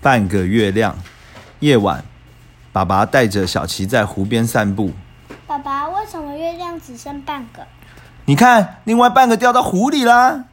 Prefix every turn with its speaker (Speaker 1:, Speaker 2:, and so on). Speaker 1: 半个月亮。夜晚，爸爸带着小琪在湖边散步。
Speaker 2: 爸爸，为什么月亮只剩半个？
Speaker 1: 你看，另外半个掉到湖里啦。